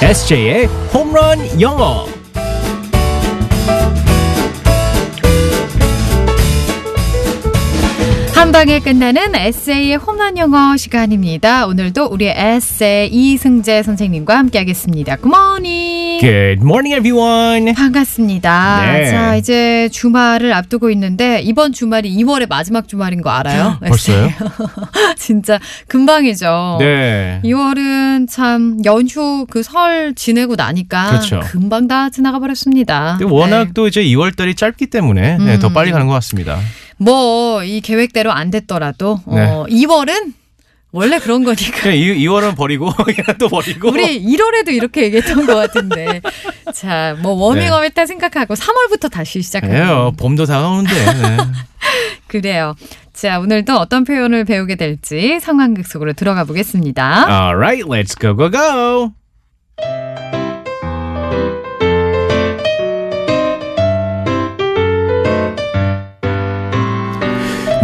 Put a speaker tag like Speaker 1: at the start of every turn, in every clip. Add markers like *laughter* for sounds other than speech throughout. Speaker 1: SJ의 홈런 영어.
Speaker 2: 한 방에 끝나는 에세이의 홈런 영어 시간입니다. 오늘도 우리 에세이 이승재 선생님과 함께하겠습니다. 굿모닝.
Speaker 1: Good morning, everyone.
Speaker 2: 반갑습니다.
Speaker 1: 예. 네.
Speaker 2: 자, 이제 주말을 앞두고 있는데 이번 주말이 2월의 마지막 주말인 거 알아요?
Speaker 1: 벌써요?
Speaker 2: *laughs* 진짜 금방이죠.
Speaker 1: 네.
Speaker 2: 2월은 참 연휴 그 설 지내고 나니까
Speaker 1: 그렇죠.
Speaker 2: 금방 다 지나가 버렸습니다. 네.
Speaker 1: 근데 워낙 또 이제 2월달이 짧기 때문에 네, 더 빨리 가는 것 같습니다.
Speaker 2: 뭐 이 계획대로 안 됐더라도 어,
Speaker 1: 네.
Speaker 2: 2월은 원래 그런 거니까
Speaker 1: 그냥 2, 월은 버리고 *laughs* 그냥 또 버리고.
Speaker 2: 우리 1월에도 이렇게 얘기했던 것 같은데. 자, 뭐 워밍업 했다 생각하고 3월부터 다시
Speaker 1: 그래요.
Speaker 2: 시작해요.
Speaker 1: 네, 어, 봄도 다가오는데. 네.
Speaker 2: 그래요. 자, 오늘도 어떤 표현을 배우게 될지 상황극 속으로 들어가 보겠습니다.
Speaker 1: 아. Alright, let's go go go.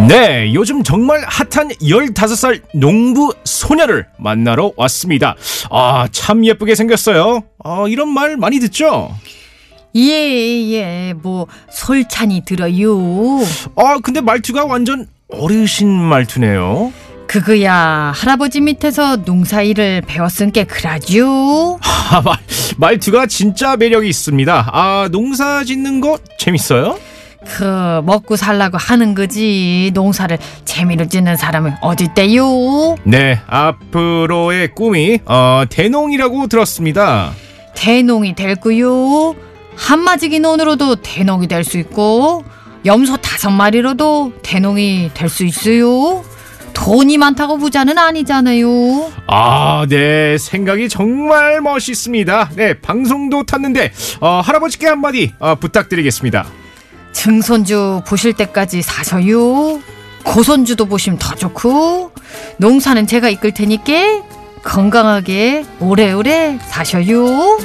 Speaker 1: 네, 요즘 정말 핫한 15살 농부 소녀를 만나러 왔습니다. 아, 참 예쁘게 생겼어요. 아, 이런 말 많이 듣죠?
Speaker 2: 예, 예. 뭐 솔찬이 들어요.
Speaker 1: 아, 근데 말투가 완전 어르신 말투네요.
Speaker 2: 그거야 할아버지 밑에서 농사일을 배웠은 게 그라죠.
Speaker 1: 아, 말, 말투가 진짜 매력이 있습니다. 아, 농사 짓는 거 재밌어요?
Speaker 2: 그 먹고 살라고 하는 거지. 농사를 재미로 짓는 사람은 어딨대요?
Speaker 1: 네, 앞으로의 꿈이 어, 대농이라고 들었습니다.
Speaker 2: 대농이 될구요. 한마지기 논으로도 대농이 될 수 있고 염소 다섯 마리로도 대농이 될 수 있어요. 돈이 많다고 부자는 아니잖아요.
Speaker 1: 아, 네, 생각이 정말 멋있습니다. 네, 방송도 탔는데 어, 할아버지께 한마디 어, 부탁드리겠습니다.
Speaker 2: 증손주 보실 때까지 사서요. 고손주도 보시면 더 좋고 농사는 제가 이끌 테니까 건강하게 오래오래 사셔요.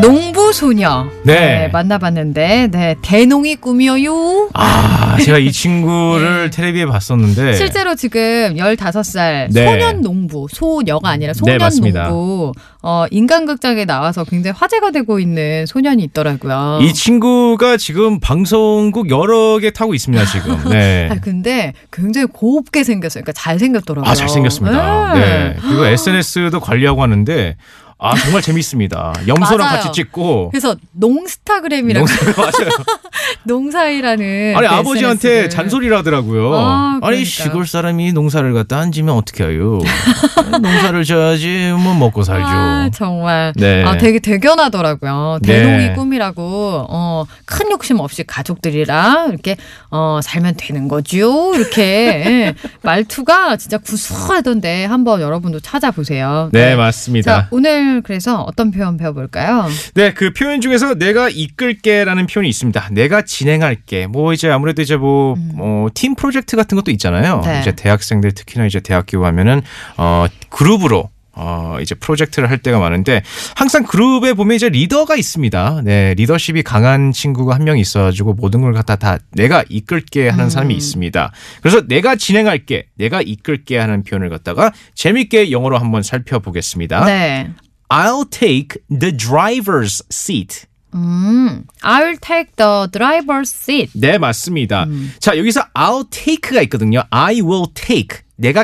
Speaker 2: 농부 소녀
Speaker 1: 네.
Speaker 2: 만나봤는데 네 대농이 꿈이어요.
Speaker 1: 아, 제가 이
Speaker 2: *laughs*
Speaker 1: 친구를 텔레비에 봤었는데
Speaker 2: 네. 실제로 지금 15살
Speaker 1: 예. 네.
Speaker 2: 소년 농부, 소녀가 아니라 소년
Speaker 1: 맞습니다.
Speaker 2: 농부, 어, 인간극장에 나와서 굉장히 화제가 되고 있는 소년이 있더라고요.
Speaker 1: 이 친구가 지금 방송국 여러 개 타고 있습니다, 지금. 네.
Speaker 2: *laughs* 아, 근데 굉장히 곱게 생겼어요. 그러니까 잘생겼더라고요.
Speaker 1: 아, 잘생겼습니다.
Speaker 2: 네.
Speaker 1: 네. 그리고 SNS도 관리하고 하는데 아, 정말
Speaker 2: *laughs*
Speaker 1: 재밌습니다. 염소랑
Speaker 2: 맞아요.
Speaker 1: 같이 찍고
Speaker 2: 그래서 농스타그램이라고
Speaker 1: 맞아요.
Speaker 2: *laughs* 농사이라는
Speaker 1: 아니
Speaker 2: 그 SNS
Speaker 1: 아버지한테
Speaker 2: 를.
Speaker 1: 잔소리를 하더라고요.
Speaker 2: 아,
Speaker 1: 아니
Speaker 2: 그러니까.
Speaker 1: 시골 사람이 농사를 갖다 안 지면 어떻게 해요?
Speaker 2: *laughs*
Speaker 1: 농사를 져야지 뭐 먹고 살죠.
Speaker 2: 아, 정말.
Speaker 1: 네.
Speaker 2: 아, 되게 대견하더라고요.
Speaker 1: 네.
Speaker 2: 대농이 꿈이라고, 어, 큰 욕심 없이 가족들이랑 이렇게, 어, 살면 되는
Speaker 1: *laughs*
Speaker 2: 거죠. 이렇게. 예. 말투가 진짜 구수하던데 한번 여러분도 찾아보세요.
Speaker 1: 네
Speaker 2: 자,
Speaker 1: 맞습니다.
Speaker 2: 오늘 그래서 어떤 표현 배워볼까요?
Speaker 1: 네 그 표현 중에서 내가 이끌게라는 표현이 있습니다. 내가 진행할게. 뭐 이제 아무래도 이제 뭐 팀 프로젝트 같은 것도 있잖아요.
Speaker 2: 네.
Speaker 1: 이제 대학생들 특히나 이제 대학교 가면은 어 그룹으로 어 이제 프로젝트를 할 때가 많은데 항상 그룹에 보면 이제 리더가 있습니다. 네 리더십이 강한 친구가 한 명 있어가지고 모든 걸 갖다 다 내가 이끌게 하는 사람이 있습니다. 그래서 내가 진행할게, 내가 이끌게 하는 표현을 갖다가 재밌게 영어로 한번 살펴보겠습니다.
Speaker 2: 네.
Speaker 1: I'll take the driver's seat.
Speaker 2: 음, I'll take the driver's seat.
Speaker 1: 네, 맞습니다. 자, 여기서 I'll take가 있거든요. I will take. 내가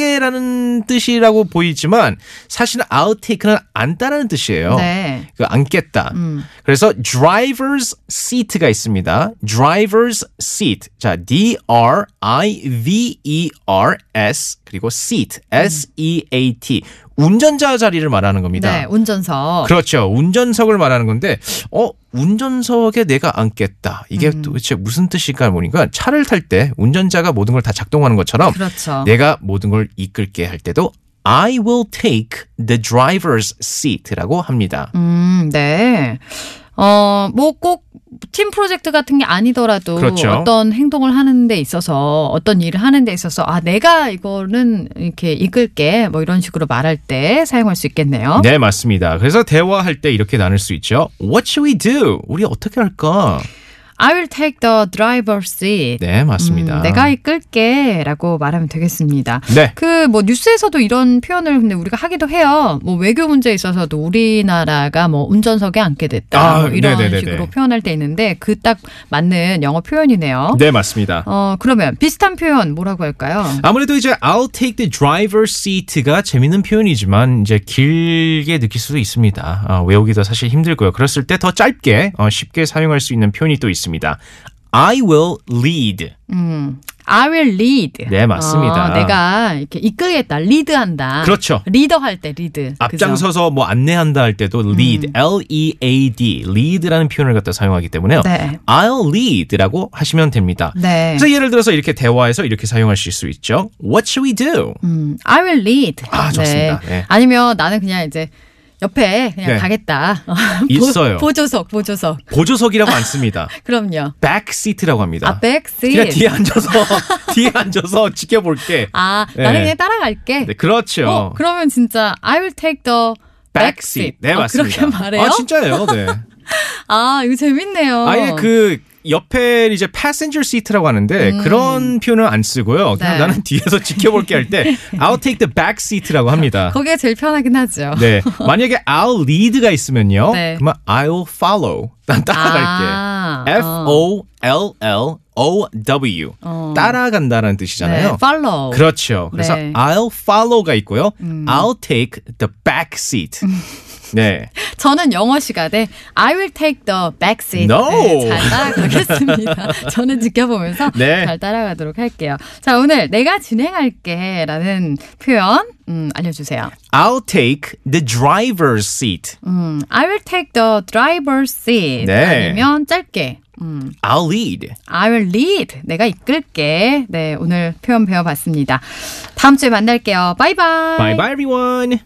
Speaker 1: 가질게라는 뜻이라고 보이지만 사실은 I'll take는 안다라는 뜻이에요.
Speaker 2: 네.
Speaker 1: 그 안겠다. 그래서 driver's seat가 있습니다. driver's seat. 자, D R I V E R S 그리고 seat. S E A T. 운전자 자리를 말하는 겁니다.
Speaker 2: 네, 운전석.
Speaker 1: 그렇죠. 운전석을 말하는 건데, 어, 운전석에 내가 앉겠다. 이게
Speaker 2: 음.
Speaker 1: 도대체 무슨 뜻일까 보니까 차를 탈 때 운전자가 모든 걸 다 작동하는 것처럼
Speaker 2: 그렇죠.
Speaker 1: 내가 모든 걸 이끌게 할 때도 I will take the driver's seat라고 합니다.
Speaker 2: 음, 네. 어, 뭐 꼭 팀 프로젝트 같은 게 아니더라도
Speaker 1: 그렇죠.
Speaker 2: 어떤 행동을 하는 데 있어서 어떤 일을 하는 데 있어서 아, 내가 이거는 이렇게 이끌게 뭐 이런 식으로 말할 때 사용할 수 있겠네요.
Speaker 1: 네, 맞습니다. 그래서 대화할 때 이렇게 나눌 수 있죠. What should we do? 우리 어떻게 할까?
Speaker 2: I will take the driver's seat.
Speaker 1: 네, 맞습니다.
Speaker 2: 음, 내가 이끌게라고 말하면 되겠습니다.
Speaker 1: 네.
Speaker 2: 그 뭐 뉴스에서도 이런 표현을 근데 우리가 하기도 해요. 뭐 외교 문제 에 있어서도 우리나라가 뭐 운전석에 앉게 됐다
Speaker 1: 아,
Speaker 2: 뭐 이런
Speaker 1: 네네네네.
Speaker 2: 식으로 표현할 때 있는데 그 딱 맞는 영어 표현이네요.
Speaker 1: 네, 맞습니다.
Speaker 2: 어 그러면 비슷한 표현 뭐라고 할까요?
Speaker 1: 아무래도 이제 I'll take the driver's seat가 재밌는 표현이지만 이제 길게 느낄 수도 있습니다. 아, 외우기도 사실 힘들고요. 그랬을 때 더 짧게 어, 쉽게 사용할 수 있는 표현이 또 있습니다. I will lead.
Speaker 2: 음, I will lead.
Speaker 1: 네, 맞습니다.
Speaker 2: 어, 내가 이렇게 이끌겠다, 리드한다.
Speaker 1: 그렇죠.
Speaker 2: 리더 할 때 리드. 그죠? 음.
Speaker 1: 앞장서서 뭐 안내한다 할 때도 lead, E L-E-A-D, lead라는 표현을 갖다 사용하기 때문에요.
Speaker 2: 네.
Speaker 1: I'll lead라고 하시면 됩니다.
Speaker 2: 네.
Speaker 1: 그래서 예를 들어서 이렇게 대화에서 이렇게 사용하실 수 있죠. What should we do?
Speaker 2: 음, I will lead.
Speaker 1: 아, 좋습니다. 네.
Speaker 2: 아니면 나는 그냥 이제 옆에 그냥
Speaker 1: 네.
Speaker 2: 가겠다.
Speaker 1: 있어요.
Speaker 2: *laughs* 보, 조석 보조석.
Speaker 1: 보조석이라고 안
Speaker 2: *laughs*
Speaker 1: 씁니다.
Speaker 2: 그럼요.
Speaker 1: 백시트라고 합니다.
Speaker 2: 아, 백시.
Speaker 1: 그냥 뒤에 앉아서 *laughs* 뒤에 앉아서 지켜볼게.
Speaker 2: 아,
Speaker 1: 네.
Speaker 2: 나는 그냥 따라갈게.
Speaker 1: 네, 그렇죠.
Speaker 2: 어, 그러면 진짜 I will take the back
Speaker 1: 백시.
Speaker 2: seat.
Speaker 1: 네,
Speaker 2: 어,
Speaker 1: 맞습니다.
Speaker 2: 그렇게 *laughs* 말해요?
Speaker 1: 아, 진짜예요.
Speaker 2: *laughs*
Speaker 1: 네.
Speaker 2: 아, 이거 재밌네요.
Speaker 1: 아예 그 옆에 이제 passenger seat라고 하는데 그런 표현은 안 쓰고요. 그냥
Speaker 2: 음. 네.
Speaker 1: 나는 뒤에서 지켜볼게 할
Speaker 2: *laughs*
Speaker 1: 때 I'll take the back seat라고 합니다.
Speaker 2: 거기가 제일 편하긴 하죠.
Speaker 1: 네. 만약에 I'll lead가 있으면요.
Speaker 2: 네.
Speaker 1: 그러면 I'll follow. 난 따라갈게.
Speaker 2: 아,
Speaker 1: F
Speaker 2: 어.
Speaker 1: O L L O W.
Speaker 2: 어.
Speaker 1: 따라간다라는 뜻이잖아요.
Speaker 2: 네, follow.
Speaker 1: 그렇죠. 그래서
Speaker 2: 네.
Speaker 1: I'll follow가 있고요. I'll take the back seat. 네.
Speaker 2: 저는 영어 시간에 I will take the back seat.
Speaker 1: No.
Speaker 2: 네, 잘 따라가겠습니다. *laughs* 저는 지켜보면서
Speaker 1: 네.
Speaker 2: 잘 따라가도록 할게요. 자, 오늘 내가 진행할게라는 표현 음, 알려주세요.
Speaker 1: I'll take the driver's seat.
Speaker 2: 음, I will take the driver's seat.
Speaker 1: 네.
Speaker 2: 아니면 짧게 음,
Speaker 1: I'll lead.
Speaker 2: I will lead. 내가 이끌게. 네, 오늘 표현 배워봤습니다. 다음 주에 만날게요. 바이바이.
Speaker 1: Bye bye everyone.